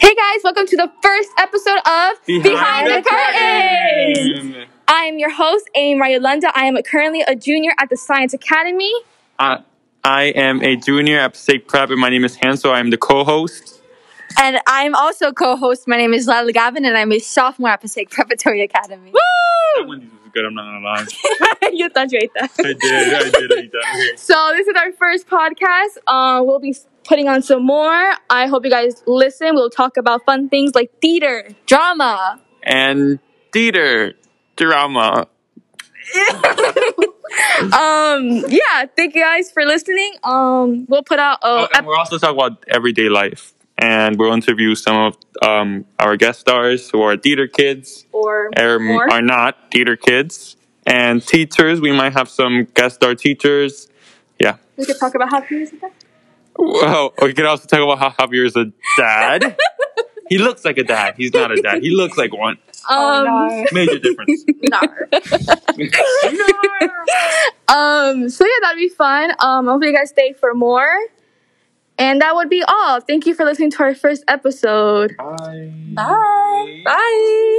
guys. Welcome to the first episode of Behind, the, Curtain. curtain. I am your host, Amy Mariolanda. I am currently a junior at the Science Academy. I, I am a junior at State Prep, and my name is Hansel. I'm the co-host. And I'm also co-host. My name is Lila Gavin, and I'm a sophomore at Passaic Preparatory Academy. That one was good. I'm not gonna lie. you thought you ate that. I did. I did eat that. So this is our first podcast. Uh, we'll be putting on some more. I hope you guys listen. We'll talk about fun things like theater. Drama. And theater, drama. Um, yeah. Thank you guys for listening. Um, we'll put out a Oh, and ep- we're also talking about everyday life, and we'll interview some of um, our guest stars who are theater kids. or are, more. Um, are not theater kids and teachers. We might have some guest star teachers. Yeah. We could talk about how to use that. Well, we can also talk about how Javier is a dad. he looks like a dad. He's not a dad. He looks like one. Um, Major difference. Nar. um, so yeah, that'd be fun. Um, I hope you guys stay for more. And that would be all. Thank you for listening to our first episode. Bye. Bye. Bye.